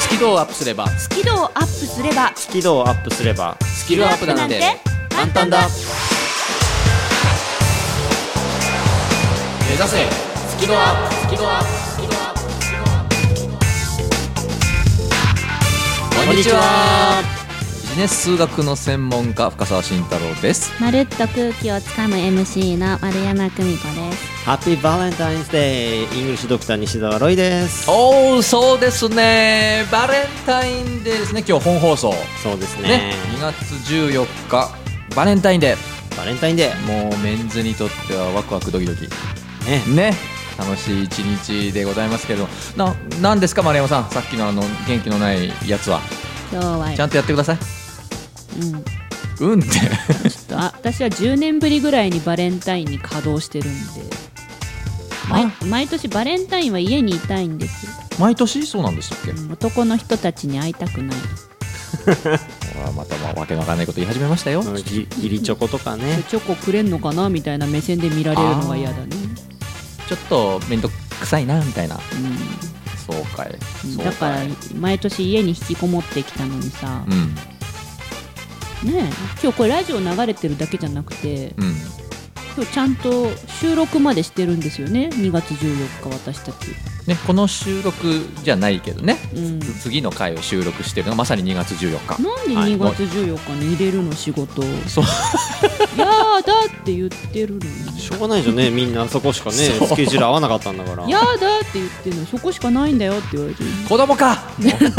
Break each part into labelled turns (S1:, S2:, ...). S1: スキルをアップすれば
S2: スキルをアップすれば
S3: スキルをアップすれば
S1: スキルアップなんて簡単だ目指せスキルアップスキルアップスキルアップスキルアップこんにちは
S4: ビジネス数学の専門家深澤慎太郎です
S2: まるっと空気をつかむ MC の丸山久美子です
S3: ハッピーバレンタインズデーイングリッシュドクター西澤ロイです
S4: おおそうですねバレンタインデーですね今日本放送
S3: そうですね
S4: ね2月14日バレンタインデー
S3: バレンタインデー
S4: もうメンズにとってはワクワクドキドキ
S3: ね
S4: ね楽しい一日でございますけれどもななんですか丸山さんさっきのあの元気のないやつは
S2: 今日は
S4: ちゃんとやってください
S2: うんちょ
S4: うんって
S2: っとあ私は10年ぶりぐらいにバレンタインに稼働してるんで毎毎年バレンタインは家にいたいんですよ、
S4: 毎年そうなんでしたっけ
S2: うん男の人たちに会いたくない
S4: ほらまたまあわけのわかんないこと言い始めましたよ
S3: あのギギリチョコとかね
S2: チョコくれんのかなみたいな目線で見られるのが嫌だね、
S4: ちょっと面倒くさいなみたいな
S2: う
S4: そうかい
S2: ん、
S4: そう
S2: だから
S4: い
S2: 毎年家に引きこもってきたのにさ、
S4: うん
S2: ねえ今日これラジオ流れてるだけじゃなくて
S4: うん
S2: 今日ちゃんと収録までしてるんですよね2月14日私たち、
S4: ねこの収録じゃないけどね
S2: うん、
S4: 次の回を収録してるのがまさに2月14日
S2: なんで2月14日に入れるの仕事
S4: そう
S2: やだって言ってるのに
S3: しょうがないじゃんねみんなそこしかね
S4: そう
S3: スケジュール合わなかったんだから
S2: やだって言ってるのにそこしかないんだよって言われて
S4: 子供か
S2: ってっ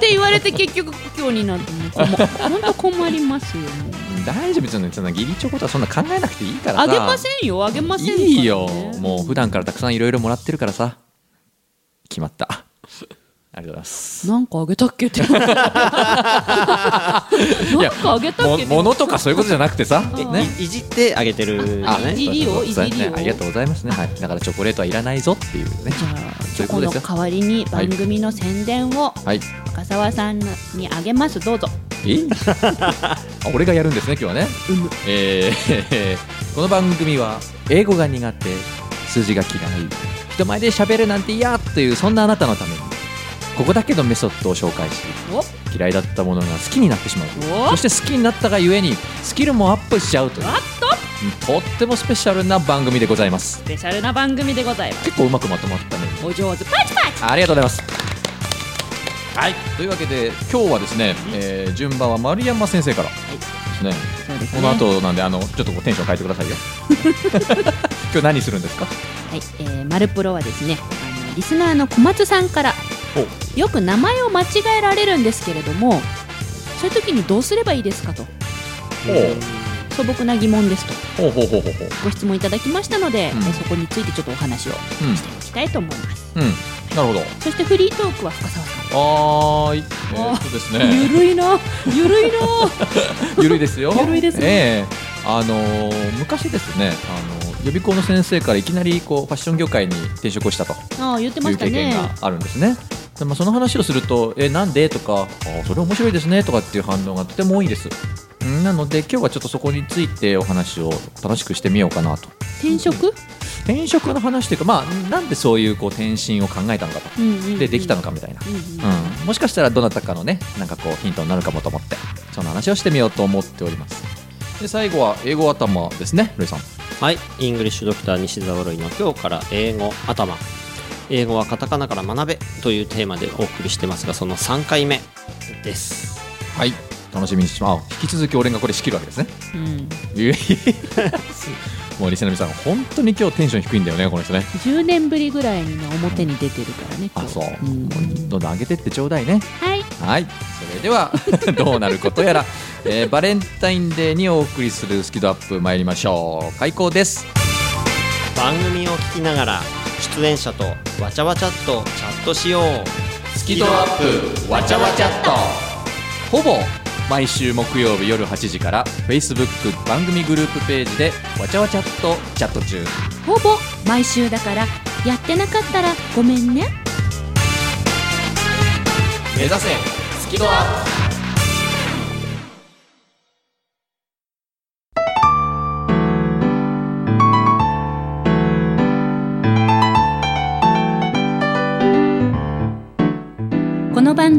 S2: て言われて結局今日になってもうこまほんと困りますよね
S4: 大丈夫ですよねそんな義理チョコとはそんな考えなくていいからさ
S2: あげませんよあげませんからね
S4: いいよもう普段からたくさんいろいろもらってるからさ決まった ありがとうございます
S2: なんかあげたっ けって。なんかあげたっ
S4: も
S2: けって。
S4: 物とかそういうことじゃなくてさ
S2: ん
S4: ね
S3: いいじってあげてる
S2: あ
S3: ね
S2: いじりよ
S4: そうそうそう
S2: いじりよ
S4: ねありがとうございますね、はい、だからチョコレートはいらないぞっていうね
S2: じゃあチ
S4: そういう
S2: ョ
S4: こ
S2: コ
S4: とで
S2: の
S4: すよ
S2: 代わりに番組の宣伝を
S4: はい
S2: 深澤さんにあげますどうぞ。
S4: えあ俺がやるんですね今日はね、
S2: うむ
S4: えー この番組は英語が苦手数字が嫌い人前で喋るなんて嫌というそんなあなたのためにここだけのメソッドを紹介し
S2: お
S4: 嫌いだったものが好きになってしま
S2: お
S4: うそして好きになったがゆえにスキルもアップしちゃうという
S2: あっと
S4: とってもスペシャルな番組でございます
S2: スペシャルな番組でございます。
S4: 結構うまくまとまったね
S2: お上手パチパチ。
S4: ありがとうございます。はい、というわけで今日はですね、えー順番は丸山先生からですね。
S2: そうです
S4: こ
S2: ね。
S4: の
S2: は
S4: 後なんであのちょっとこうテンション変えてくださ いよ。今日何するんですか。
S2: い、えー、マルプロはですね、あのリスナーの小松さんからよく名前を間違えられるんですけれども、そういう時にどうすればいいですかと素朴な疑問ですと
S4: ほうほうほうほうほう。
S2: ご質問いただきましたので、
S4: うん
S2: えーそこについてちょっとお話をし
S4: うん
S2: ていきたいと思います。
S4: うん、なるほど。
S2: そしてフリートークは深澤さん。
S4: はーい。えーっとです
S2: ゆ
S4: ね。
S2: るいな、ゆるいな。
S4: ゆるい ですよ。
S2: ゆるいですね
S4: ええあのー昔ですね、あの予備校の先生からいきなりこうファッション業界に転職をしたと。
S2: ああ、言って
S4: と
S2: ま
S4: い
S2: し
S4: う
S2: た
S4: 経験
S2: ね。
S4: があるんですね。でまあ、その話をすると「えなんで?」とか「あそれ面白いですね」とかっていう反応がとても多いですうんなので今日はちょっとそこについてお話を楽しくしてみようかなと
S2: 転職。
S4: 転職の話というか、まあ、なんでそういうこう転身を考えたのかと
S2: うんうんうん
S4: でできたの。かみたいな、
S2: うんうん
S4: うん、もしかしたらどなたかのねなんかこうヒントになるかもと思ってその話をしてみようと思っておりますで最後は英語頭ですねルイさん
S3: はい、イングリッシュドクター西澤ロイの今日から英語頭英語はカタカナから学べというテーマでお送りしてますがその3回目です
S4: はい楽しみにしますあ引き続き俺がこれ仕切るわけですね
S2: うん。
S4: いや もうリスナーの皆さん、本当に今日テンション低いんだよね、この人ね。
S2: 十年ぶりぐらいにね表に出てるからね。
S4: あ、そう。
S2: ん
S4: もうどんどん上げてってちょうだいね。
S2: はい。
S4: はい。それで は、どうなることやら、えーバレンタインデーにお送りするスキドアップ参りましょう。開講です。
S3: 番組を聞きながら出演者とわちゃわちゃっとチャットしよう
S4: ス
S3: キドアップわちゃわちゃっ
S4: と。ほぼ毎週木曜日夜8時から Facebook 番組グループページでわちゃわちゃっとチャット中。
S2: ほぼ毎週だからやってなかったらごめんね。
S4: 目指せスキドアッ
S2: この番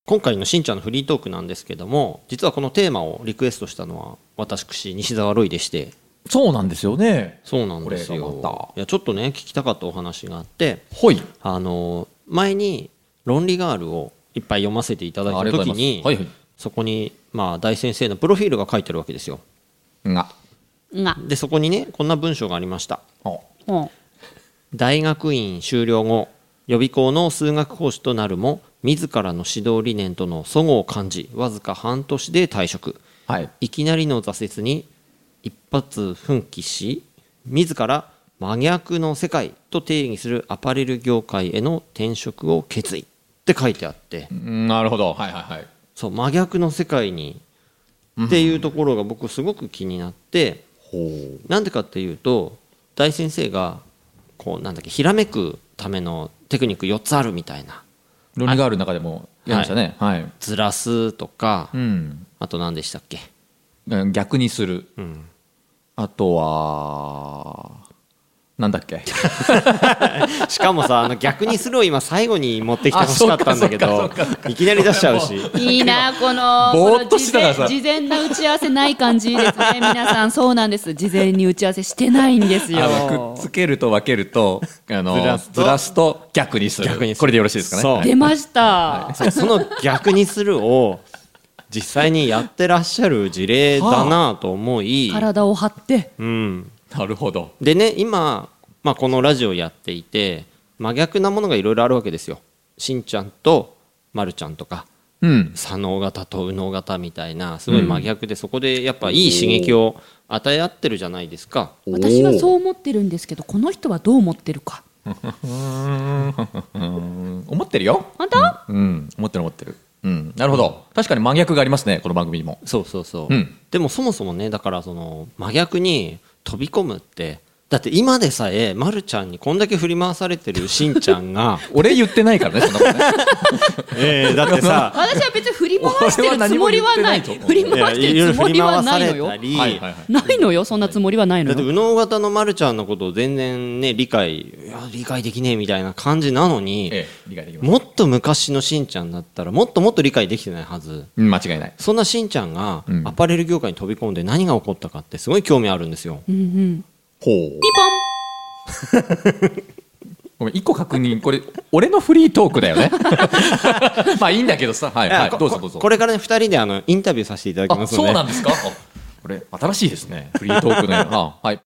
S3: 今回のしんちゃんのフリートークなんですけども実はこのテーマをリクエストしたのは私西澤ロイでして
S4: そうなんですよね
S3: そうなんです
S4: これがま
S3: よ
S4: た
S3: いやちょっとね聞きたかったお話があって
S4: ほい
S3: あの前に「論理ガール」をいっぱい読ませていただい
S4: あ
S3: た
S4: りがとう
S3: 時
S4: ござい
S3: に、
S4: ますはいはい
S3: そこに、まあ、大先生のプロフィールが書いてあるわけですよ
S4: が
S2: が
S3: でそこにねこんな文章がありました
S4: あ
S2: ほ
S3: 大学院修了後予備校の数学講師となるも自らの指導理念との齟齬を感じわずか半年で退職
S4: はい
S3: いきなりの挫折に一発奮起し自ら真逆の世界と定義するアパレル業界への転職を決意って書いてあって
S4: うんなるほどはいはいはい
S3: そう真逆の世界にっていうところが僕すごく気になって
S4: ほう
S3: なんでかっていうと大先生がこうなんだっけひらめくためのテクニック4つあるみたいな
S4: 論理がある中でもやりましたねはい、
S3: ずらすとか
S4: うん
S3: あと何でしたっけ
S4: うん逆にする
S3: うん
S4: あとはなんだっけ
S3: しかもさあの逆にするを今最後に持ってきてほしかったんだけ
S4: あそうか
S3: ど
S4: そうかそう
S3: いきなり出しちゃうし
S2: う いいなこの
S4: ぼ
S2: こ
S4: ー
S2: の
S4: っとしてた
S2: 事
S4: ら
S2: 前
S4: さ
S2: 事前な打ち合わせない感じですね皆さんそうなんです事前に打ち合わせしてないんです
S4: あの
S2: よ
S4: くっつけると分ける とあの
S3: ずらすと
S4: ずらすと逆にする
S3: 逆にする
S4: これでよろしいですかね
S3: そう
S4: はい
S2: 出ました、
S3: そうその逆にするを実際にやってらっしゃる事例だなと思い、
S2: 体を張って
S3: うん、
S4: なるほど
S3: でね今、まあ、このラジオやっていて真逆なものがいろいろあるわけですよしんちゃんとまるちゃんとか
S4: うん
S3: 左脳型と右脳型みたいなすごい真逆で、そこでやっぱいい刺激を与え合ってるじゃないですか
S2: 私はそう思ってるんですけどこの人はどう思ってるか
S4: うん思ってるよ
S2: 本当、
S4: うん思ってる思ってるうんなるほど確かに真逆がありますねこの番組にも
S3: そうそうそう、
S4: うん
S3: でもそもそもねだからその真逆に飛び込むってだって今でさえまるちゃんにこんだけ振り回されてるしんちゃんが
S4: 俺言ってないからねそんなことね
S3: ええだってさ
S2: 私は別に振り回して
S4: 俺は
S2: るつ
S4: 何
S2: も
S4: も
S2: り
S4: 言っ
S2: は
S4: て
S2: な
S4: ないいと
S2: 振り回して
S3: いやいろ
S2: る
S3: い
S2: つも
S3: ろ振り
S2: りは
S3: 回
S2: な
S3: さ
S2: いの
S3: れ
S2: よ
S3: た
S4: は
S3: り、
S4: いはいはい
S2: ないのよそんなつもりはないの
S3: だって
S2: よ
S3: 右脳型のまるちゃんのことを全然ね理解いや理解できねえみたいな感じなのに、
S4: ええ理解できます
S3: もっと昔のしんちゃんだったらもっともっと理解できてないはず
S4: うん間違いない
S3: そんなしんちゃんが
S4: うん
S3: アパレル業界に飛び込んで何が起こったかってすごい興味あるんですよ、
S2: うんうん
S4: ほう
S2: ピポン
S4: ごめん一個確認これ俺のフリートークだよね まあいいんだけどさはい
S3: いや
S4: はい
S3: こ
S4: どうぞどうぞ
S3: これからね2人であのインタビューさせていただき
S4: あ
S3: ますので
S4: そうなんですかあ これ新しいですねフリートークのようなあ はい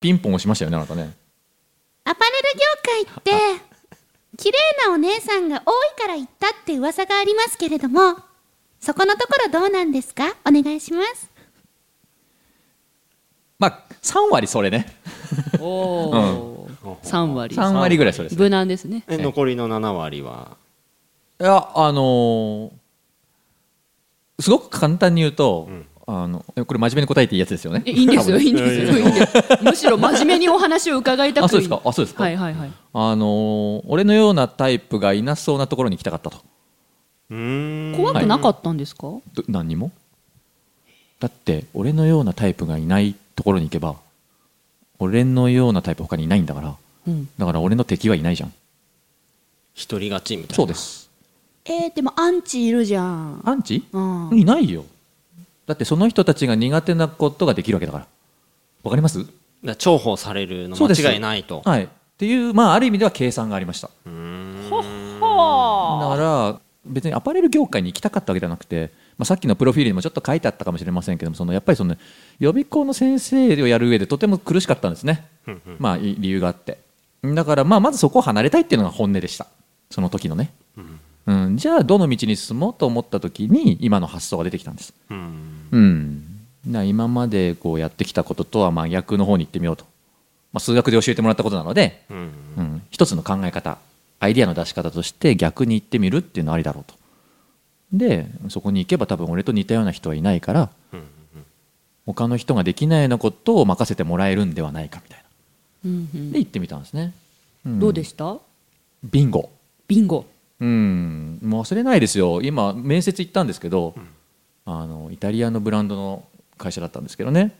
S4: ピンポン押しましたよねあなたね
S2: アパレル業界って
S5: 綺麗なお姉さんが多いから言ったって噂がありますけれども、そこのところどうなんですかお願いします。
S4: まあ3割それね
S2: おお、三割。
S4: 3割ぐらいそれです
S2: 無難ですね。
S3: え残りの7割はい
S4: やあのーすごく簡単に言うと、あのえこれ真面目に答えていいやつですよね
S2: えいいんですよ、
S4: 多分
S2: いいんですよ、いいんですよ。むしろ真面目にお話を伺いたく
S4: あそうですかあそうですか
S2: はいはいはい。
S4: あのー俺のようなタイプがいなそうなところに行きたかったと
S3: うーん
S2: 怖くなかったんですか、
S4: ど何にもだって俺のようなタイプがいないところに行けば俺のようなタイプ他にいないんだから
S2: うん。
S4: だから俺の敵はいないじゃん
S3: 一人勝ちみたいな
S4: そうです
S2: えー、でもアンチいるじゃん。
S4: アンチ
S2: うん。
S4: いないよだってその人たちが苦手なことができるわけだからわかります
S3: だから重宝されるの
S4: そうです
S3: 間違いないと
S4: はいっていうまあある意味では計算がありました
S3: うーん
S4: だから別にアパレル業界に行きたかったわけじゃなくて、まあ、さっきのプロフィールにもちょっと書いてあったかもしれませんけどもそのやっぱりその予備校の先生をやる上でとても苦しかったんですね、
S3: んうん
S4: まあ、い理由があってだからまあまずそこを離れたいっていうのが本音でしたその時のね、うん、じゃあどの道に進もうと思った時に今の発想が出てきたんです、
S3: うん
S4: うん、な今までこうやってきたこととは真逆の方に行ってみようと、まあ、数学で教えてもらったことなので
S3: うん
S4: うん、一つの考え方アイディアの出し方として逆に行ってみるっていうのはありだろうとでそこに行けば多分俺と似たような人はいないから
S3: うんうん
S4: 他の人ができないようなことを任せてもらえるんではないかみたい
S2: うんう
S4: なんで行ってみたんですね、ん
S2: どうでした
S4: ビンゴ
S2: ビンゴ。
S4: うんもう忘れないですよ今面接行ったんですけど、あのイタリアのブランドの会社だったんですけどね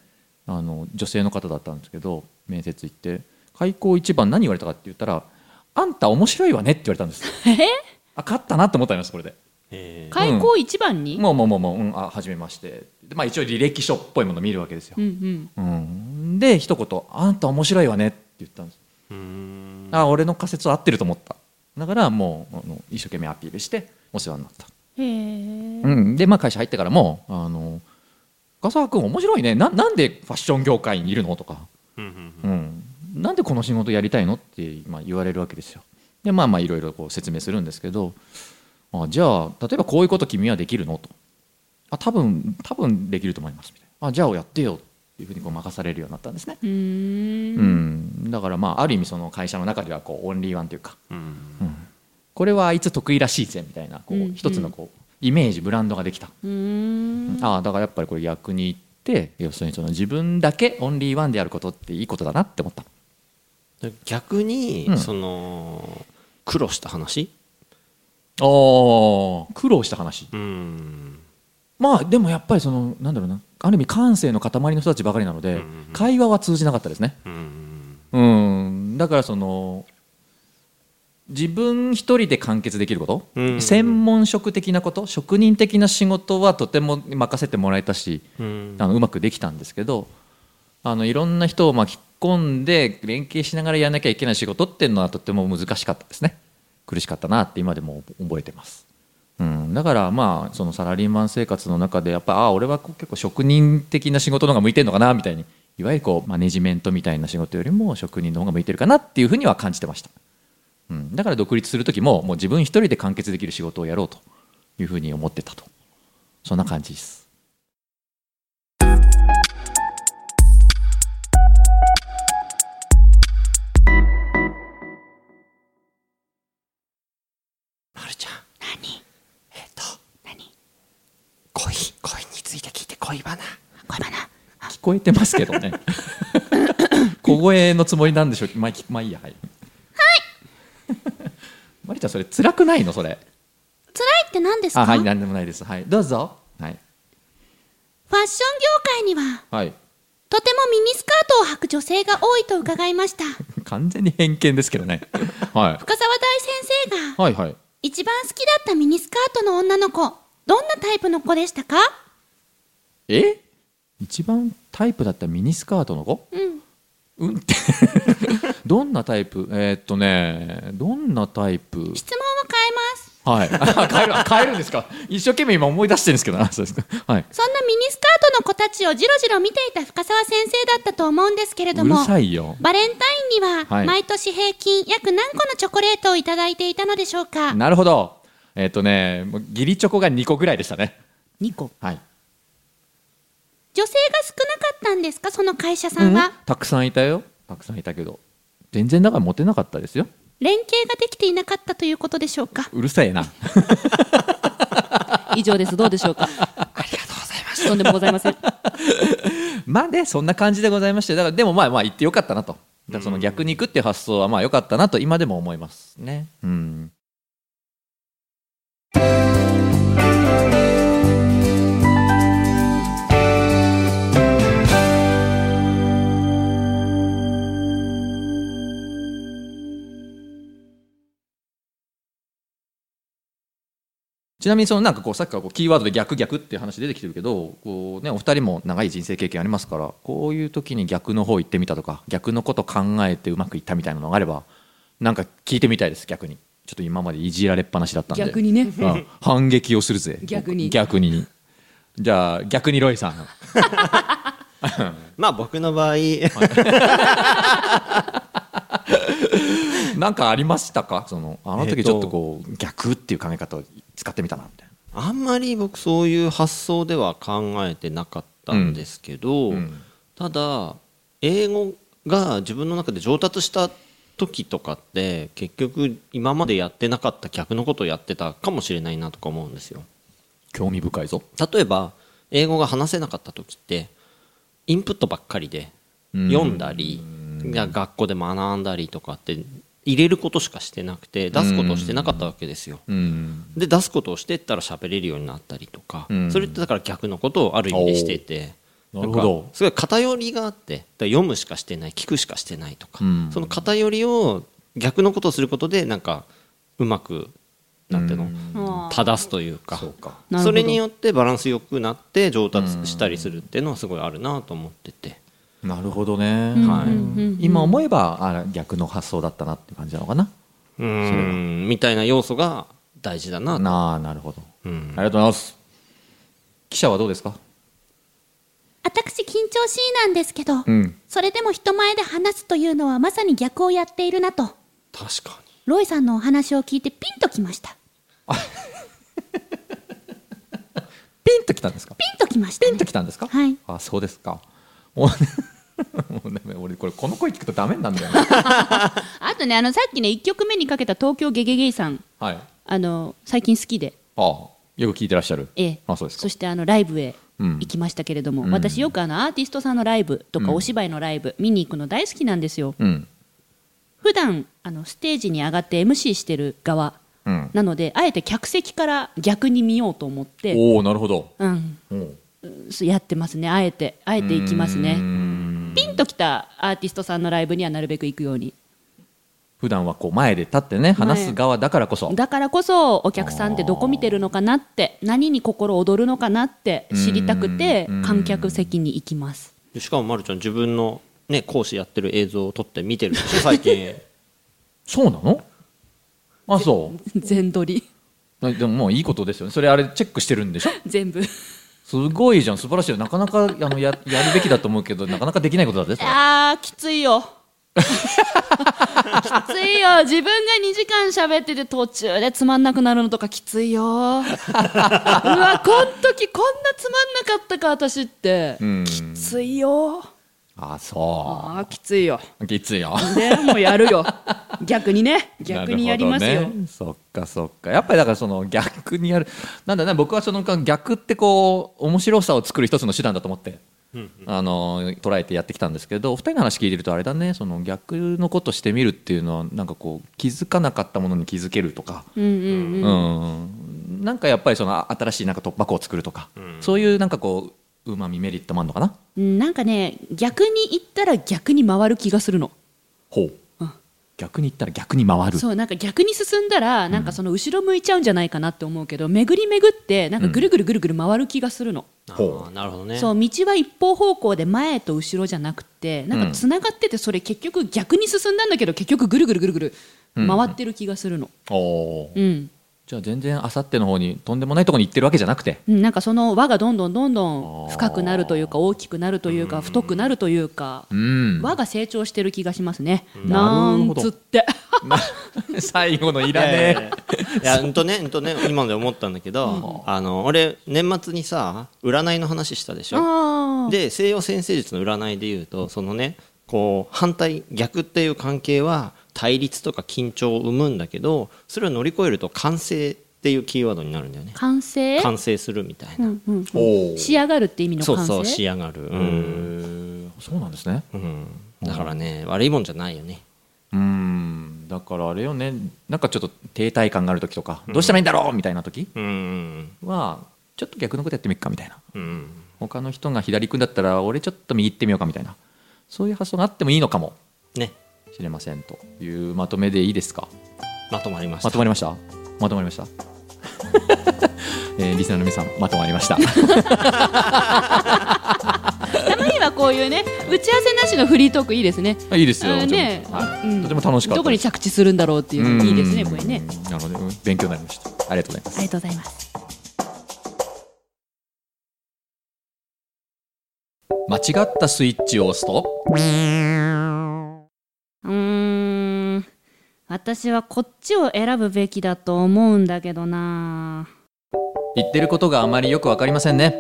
S4: あの女性の方だったんですけど面接行って開口一番何言われたかって言ったら「あんた面白いわね」って言われたんですあ勝ったなと思ったんですこれで
S3: えー
S2: 開口一番に、
S4: もうもうもうもう、うん、あ初めましてでまあ一応履歴書っぽいもの見るわけですよ
S2: うん、うん、
S4: うん、で一言「あんた面白いわね」って言ったんです
S3: うーん
S4: あ俺の仮説は合ってると思っただからもうあの一生懸命アピールしてお世話になった
S2: へえ。
S4: うん、で、まあ、会社入ってからも「あの深澤君面白いねななんでファッション業界にいるの?」とか、
S3: うんうん
S4: うん「なんでこの仕事やりたいの?」って今言われるわけですよ。でまあまあいろいろこう説明するんですけど「あじゃあ例えばこういうこと君はできるの?」と「あ多分多分できると思います」みたいな「あじゃあやってよ」っていうふうにこう任されるようになったんですね。
S2: うー。
S4: うんん、だからまあある意味その会社の中ではこうオンリーワンというか
S3: うん
S4: これはあいつ得意らしいぜみたいなこ
S2: うんう
S4: うん一つのこうイメージブランドができた
S2: うーん。
S4: ああだからやっぱりこれ逆に言って要するにその自分だけオンリーワンでやることっていいことだなって思った
S3: 逆に、
S4: うん
S3: その苦労した話
S4: お苦労した話
S3: うん
S4: まあでもやっぱりそのなんだろうなある意味感性の塊の人たちばかりなので、
S3: うんうん
S4: 会話は通じなかったですね
S3: うん
S4: うんだからその自分一人で完結できること、
S3: うんうんうん
S4: 専門職的なこと職人的な仕事はとても任せてもらえたし、
S3: うん
S4: あのうまくできたんですけどあのいろんな人を巻き込んで連携しながらやらなきゃいけない仕事っていうのはとても難しかったですね苦しかったなって今でも覚えてます、うん、だからまあそのサラリーマン生活の中でやっぱああ俺はこう結構職人的な仕事の方が向いてるのかなみたいにいわゆるこうマネジメントみたいな仕事よりも職人の方が向いてるかなっていうふうには感じてました、うん、だから独立する時ももう自分一人で完結できる仕事をやろうというふうに思ってたとそんな感じです
S3: はるちゃん何えっ、と何恋恋について聞いて恋バナ
S4: 聞こえてますけど ね小声のつもりなんでしょうまあ、きまあいいやはいはいマリちゃんそれ辛くないのそれ
S5: 辛いって何ですか、
S4: あはい
S5: ファッ
S4: 何でもないですはいどうぞはい
S5: ション業界には、
S4: はい
S5: とてもミニスカートを履く女性が多いと伺いました。
S4: 完全に偏見ですけどね、は
S5: 深沢大先生が
S4: い、はいはい
S5: 一番好きだったミニスカートの女の子、どんなタイプの子でしたか
S4: え一番タイプだったミニスカートの子
S5: うん。
S4: うんってどんなタイプえーっとねどんなタイプ
S5: 質問を変えます。
S4: はい帰るあ 帰るんですか一生懸命今思い出してるんですけどあそうですかはい
S5: そんなミニスカートの子たちをじろじろ見ていた深澤先生だったと思うんですけれど
S4: うる
S5: も
S4: さいよ
S5: バレンタインに
S4: は
S5: はい毎年平均約何個のチョコレートをいただいていたのでしょう か、
S4: なるほどえっ、とねもう義理チョコが2個ぐらいでしたね
S2: 2個
S4: はい
S5: 女性が少なかったんですかその会社さんは、
S4: たくさんいたよたくさんいたけど全然だからモテなかったですよ
S5: 連携ができていなかったということでしょうか
S4: うるさいな
S2: 以上ですどうでしょ うか
S4: ありがとうございます
S2: とんでもございません
S4: まあねそんな感じでございましてだからでもまあまあ言ってよかったなとだからその逆に行くっていう発想はまあよかったなと今でも思いますねうんちなみにそのなんかこうさっきからこうキーワードで逆逆っていう話出てきてるけどこう、ね、お二人も長い人生経験ありますからこういう時に逆の方行ってみたとか逆のこと考えてうまくいったみたいなのがあればなんか聞いてみたいです逆にちょっと今までいじられっぱなしだったんで
S2: 逆にね
S4: うん反撃をするぜ
S2: 逆に
S4: 逆にじゃあ逆にロイさん
S3: まあ僕の場合
S4: なんかありましたかそのあの
S3: え
S4: 時
S3: ーと
S4: ちょっとこう、逆っていう考え方を使ってみたなみたい
S3: あんまり僕そういう発想では考えてなかったんですけど、
S4: うんうん
S3: ただ英語が自分の中で上達した時とかって結局今までやってなかった逆のことをやってたかもしれないなとか思うんですよ。
S4: な興味深いぞ
S3: 例えば英語が話せなかった時ってインプットばっかりで
S4: うん
S3: 読んだりが学校で学んだりとかって入れることしかしてなくて出すことをしてなかったわけですよ。
S4: うん
S3: で出すことをしてったら喋れるようになったりとか、
S4: うん
S3: それってだから逆のことをある意味でしてて
S4: おーなるほど
S3: んかすごい偏りがあってだから読むしかしてない聞くしかしてないとか、
S4: うん
S3: その偏りを逆のことをすることでなんかうまくなんていうの、
S5: もう
S3: 正すというか
S4: そうか
S2: なるほど
S3: それによってバランスよくなって上達したりするっていうのはすごいあるなと思ってて、
S4: なるほどね、
S3: はい、
S4: 今思えばあ逆の発想だったなって感じなのかな
S3: うーんみたいな要素が大事だなと、
S4: なあなるほど、
S3: うん
S4: ありがとうございます記者はどうですか
S5: 私緊張しいなんですけど、
S4: ん
S5: それでも人前で話すというのはまさに逆をやっているなと
S3: 確かに
S5: ロイさんのお話を聞いてピンときました
S4: ピンときたんですか
S5: ピンときました、ね、
S4: ピンときたんですか
S5: はい
S4: あそうですかもう もうダメ俺これこの声聞くとダメなんだよね
S2: あとねあのさっきね1曲目にかけた東京ゲゲゲイさん
S4: はいあ
S2: あの最近好きで、
S4: あよく聞いてらっしゃる
S2: ええ
S4: あそうですか
S2: してあのライブへ
S4: うん
S2: 行きましたけれども、私よくあのアーティストさんのライブとかお芝居のライブ見に行くの大好きなんですよ
S4: うん
S2: 普段あのステージに上がって MC してる側
S4: うん
S2: なのであえて客席から逆に見ようと思って、
S4: おおなるほど
S2: うん、
S4: うん
S2: すやってますねあえてあえて行きますねピンときたアーティストさんのライブにはなるべく行くように
S4: 普段はこう前で立ってね話す側だからこそ
S2: だからこそお客さんってどこ見てるのかなって何に心躍るのかなって知りたくて観客席に行きます
S3: でしかもまるちゃん自分のね講師やってる映像を撮って見てるでしょ最近
S4: そうなのあそう
S2: 全撮り
S4: なでももういいことですよねそれあれチェックしてるんでしょ
S2: 全部
S4: すごいじゃん素晴らしいよなかなかあのややるべきだと思うけどなかなかできないことだってそれ
S2: あーきついよ きついよ自分が2時間喋ってて途中でつまんなくなるのとかきつい ようわこん時こんなつまんなかったか私って、
S4: うん
S2: きついよ
S4: あそ
S2: あーきついよ
S4: うきついよ
S2: ねもうやる よ逆にね逆にやります
S4: なる
S2: よ、
S4: ほどねそっかそっかやっぱりだからその逆にやるなんだね僕はその逆ってこう面白さを作る一つの手段だと思って、あの捉えてやってきたんですけどお二人の話聞いてるとあれだねその逆のことしてみるっていうのはなんかこう気づかなかったものに気づけるとか、
S2: うんうんうん
S4: うんなんかやっぱりその新しいなんか突破口を作るとか、そういうなんかこううまみメリットもあるのかな
S2: うんなんかね逆に言ったら逆に回る気がするの
S4: ほう、
S2: うん
S4: 逆に言ったら逆に回る
S2: そうなんか逆に進んだらなんかその後ろ向いちゃうんじゃないかなって思うけど、巡り巡ってなんかぐるぐるぐるぐる回る気がするの、
S3: あ
S4: ほ
S3: ーなるほどね
S2: そう道は一方方向で前と後ろじゃなくてなんかつながっててそれ結局逆に進んだんだけど結局ぐるぐるぐるぐる回ってる気がするの、
S4: おー
S2: うん
S4: じゃあ全然あさっての方にとんでもないところに行ってるわけじゃなくて
S2: うん、なんかその輪がどんどんどんどん深くなるというか大きくなるというか太くなるというか
S4: うん
S2: 輪が成長してる気がしますね。
S4: な
S2: な
S4: る
S2: ん
S4: ほど
S2: つって。
S4: な 最後のいらねえ
S3: いやうんとねうんとね今まで思ったんだけど、あの俺年末にさ占いの話したでしょ
S2: あー
S3: で西洋先生術の占いでいうとそのねこう反対逆っていう関係は対立とか緊張を生むんだけどそれを乗り越えると完成っていうキーワードになるんだよね
S2: 完成
S3: 完成するみたい
S2: うん
S3: な、
S2: うん
S4: おー
S2: 仕上がるって意味の
S3: そ
S2: 完
S3: う
S2: 成
S3: そう仕上がるうん、
S4: そうなんですね
S3: うん、だからね悪いもんじゃないよね
S4: うんだからあれよねなんかちょっと停滞感がある時とか、どうしたらいいんだろうみたいな時
S3: うん
S4: はちょっと逆のことやってみっかみたいな
S3: うん
S4: 他の人が左行くんだったら俺ちょっと右行ってみようかみたいなそういう発想があってもいいのかも
S3: ね
S4: しれませんというまとめでいいですか
S3: まとまりました
S4: まとまりましたまとまりました えーリスナーの皆さんまとまりました
S2: たまにはこういうね打ち合わせなしのフリートークいいですね。
S4: いいですよ、
S2: あね
S4: ちょっとはい
S2: うん
S4: とても楽しかった
S2: どこに
S4: ゃ
S2: 着地するんだろうっていうのいいですねこれね。
S4: なのでうん勉強になりましたありがとうございます
S2: ありがとうございます。
S4: 間違ったスイッチを押すと
S5: うーん私はこっちを選ぶべきだと思うんだけどな
S4: 言ってることがあまりよくわかりませんね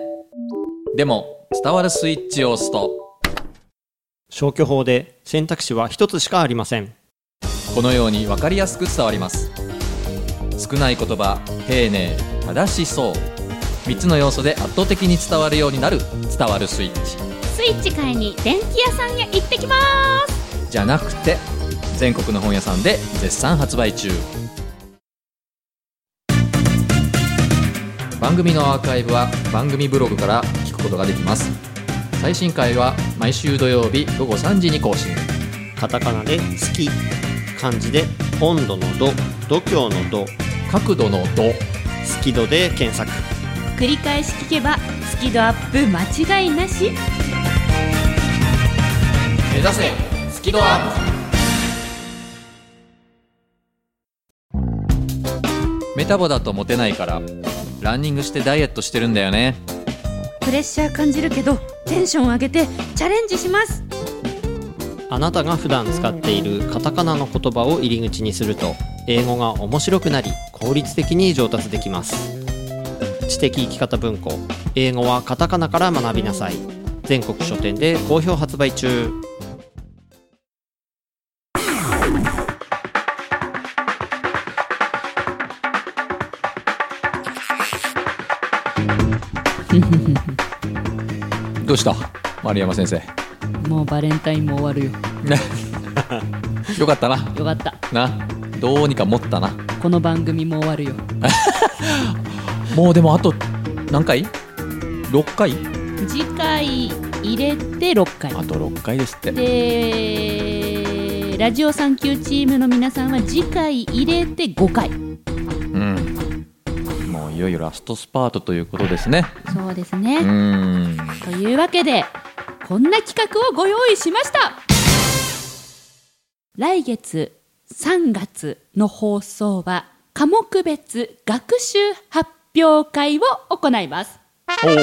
S4: でも伝わるスイッチを押すと
S3: 消去法で選択肢は一つしかありません
S4: このようにわかりやすく伝わります少ない言葉丁寧正しそう3つの要素で圧倒的に伝わるようになる伝わるスイッチ
S5: スイッチ買いに電気屋さんへ行ってきまーす
S4: じゃなくて全国の本屋さんで絶賛発売中番組のアーカイブは番組ブログから聞くことができます最新回は毎週土曜日午後3時に更新
S3: カタカナで「好き」漢字で「温度の度」「度胸の度」
S4: 角度の度
S3: 「好き度」で検索
S5: 繰り返し聞けばスキドアップ間違いなし
S1: 目指せスキドアップ
S4: メタボだとモテないからランニングしてダイエットしてるんだよね
S5: プレッシャー感じるけどテンション上げてチャレンジします
S3: あなたが普段使っているカタカナの言葉を入り口にすると英語が面白くなり効率的に上達できます知的生き方文庫英語はカタカナから学びなさい全国書店で好評発売中
S4: どうした丸山先生
S2: もうバレンタインも終わるよ。
S4: よかったな
S2: よかった。
S4: などうにか持ったな
S2: この番組も終わるよ。
S4: もうでもあと何回 ?6 回
S2: 次回入れて6回。
S4: あと6回ですって
S2: でラジオ産休チームの皆さんは次回入れて5回
S4: うん、もういよいよラストスパートということですね。
S2: そうです
S4: う
S2: ね、
S4: ん、
S2: というわけでこんな企画をご用意しました来月3月の放送は科目別学習発表会を行います
S4: おお、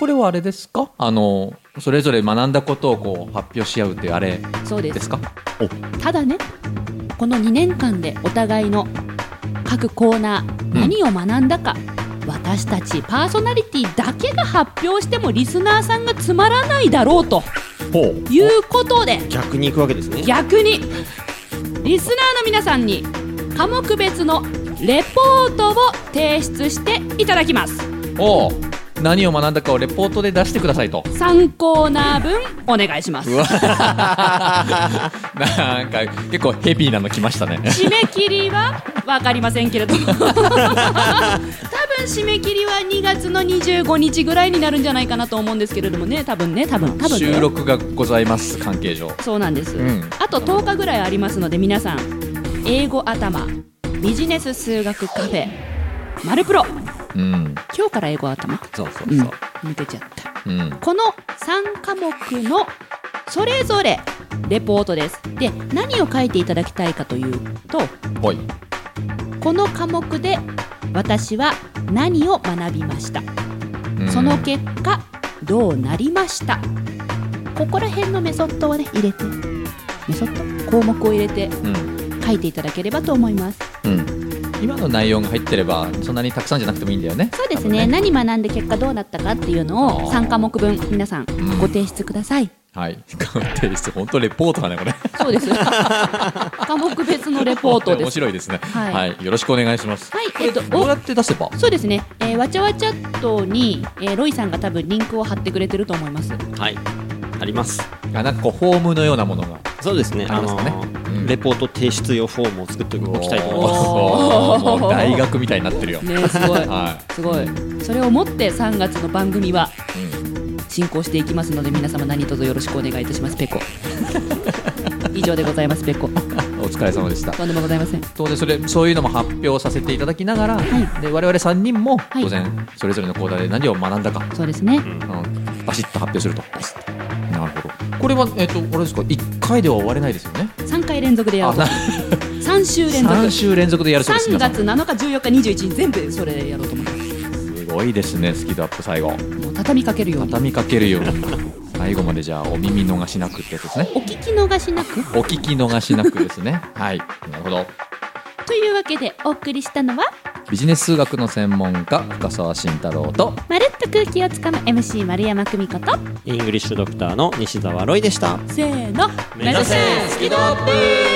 S4: これはあれですか？あのそれぞれ学んだことをこう発表し合うっていうあれ
S2: そうで
S4: です
S2: す
S4: か？
S2: ただねこの2年間でお互いの各コーナー何を学んだか、私たちパーソナリティだけが発表してもリスナーさんがつまらないだろうと
S4: ほう。
S2: いうことで
S3: 逆に行くわけですね
S2: 逆にリスナーの皆さんに科目別のレポートを提出していただきます
S4: おお、何を学んだかをレポートで出してくださいと。
S2: 3コーナー分お願いします
S4: うわ、なんか結構ヘビーなの来ましたね。
S2: 締め切りは分かりませんけれども多分締め切りは2月の25日ぐらいになるんじゃないかなと思うんですけれどもね多分ね多分多分ね
S4: 収録がございます関係上。
S2: そうなんです、
S4: うん
S2: あと10日ぐらいありますので皆さん英語頭ビジネス数学カフェマルプロ
S4: うん、
S2: 今日から英語頭
S4: そうそう
S2: うん
S4: そう。
S2: 抜けちゃった
S4: うん、
S2: この3科目のそれぞれレポートですで何を書いていただきたいかというと
S4: ほい。
S2: この科目で私は何を学びました
S4: うん
S2: その結果どうなりましたここら辺のメソッドをね入れてメソッド項目を入れて
S4: うん
S2: 書いていただければと思います
S4: うん今の内容が入ってればそんなにたくさんじゃなくてもいいんだよね
S2: そうですね何学んで結果どうなったかっていうのを
S4: あー
S2: 3科目分皆さん
S4: ん
S2: ご提出ください、
S4: はい鑑定室本当レポートだねこれ
S2: そ うです科目別のレポートで
S4: 面
S2: す
S4: 白いですね
S2: はい
S4: はいよろしくお願いします
S2: はい
S4: こ
S2: え
S4: れ
S2: っと
S4: どうや
S2: お
S4: って出せば
S2: そうですね、えー、わちゃわちゃっとに、えーロイさんが多分リンクを貼ってくれてると思います
S3: はいあります
S4: あなんかこうフォームのようなものが
S3: そうですね
S4: あ
S3: あ
S4: ります
S3: の
S4: かねうん
S3: レポート提出用フォームを作っておきたいと思います
S4: お
S2: お
S4: ー
S2: ー
S4: もう大学みたいになってるよ
S2: ねすごい
S4: は、
S2: すごいそれをもって3月の番組はい
S4: うん
S2: 進行していきますので皆様何卒よろしくお願いいたしますペ コ以上でございますペコ
S4: お疲れ様でした
S2: とんでもございません
S4: 当然それそういうのも発表させていただきながら、
S2: い
S4: で我々3人も
S2: い
S4: 当然それぞれの講座で何を学んだか、
S2: そうですね
S4: うんバシッと発表するとなるほどこれは、えっとあれですか1回では終われないですよね
S2: 3回連続でや
S4: あ
S2: ろう
S4: な
S2: 3週連続
S4: 3週連続でやるそうです
S2: 3
S4: 皆さん
S2: 月7日14日21日全部それやろうと思います
S4: すごいですねスキドアップ最後
S2: もう畳みかけるように
S4: 畳みかけるように最後までじゃあお耳逃しなくってやつですね
S2: お聞き逃しなく
S4: お聞き逃しなくですねはいなるほど
S5: というわけでお送りしたのは
S4: ビジネス数学の専門家深澤慎太郎と
S5: まるっと空気をつかむ MC 丸山久美子と
S3: イングリッシュドクターの西澤ロイでした
S2: せーの
S3: 目指せ
S2: スキドアップ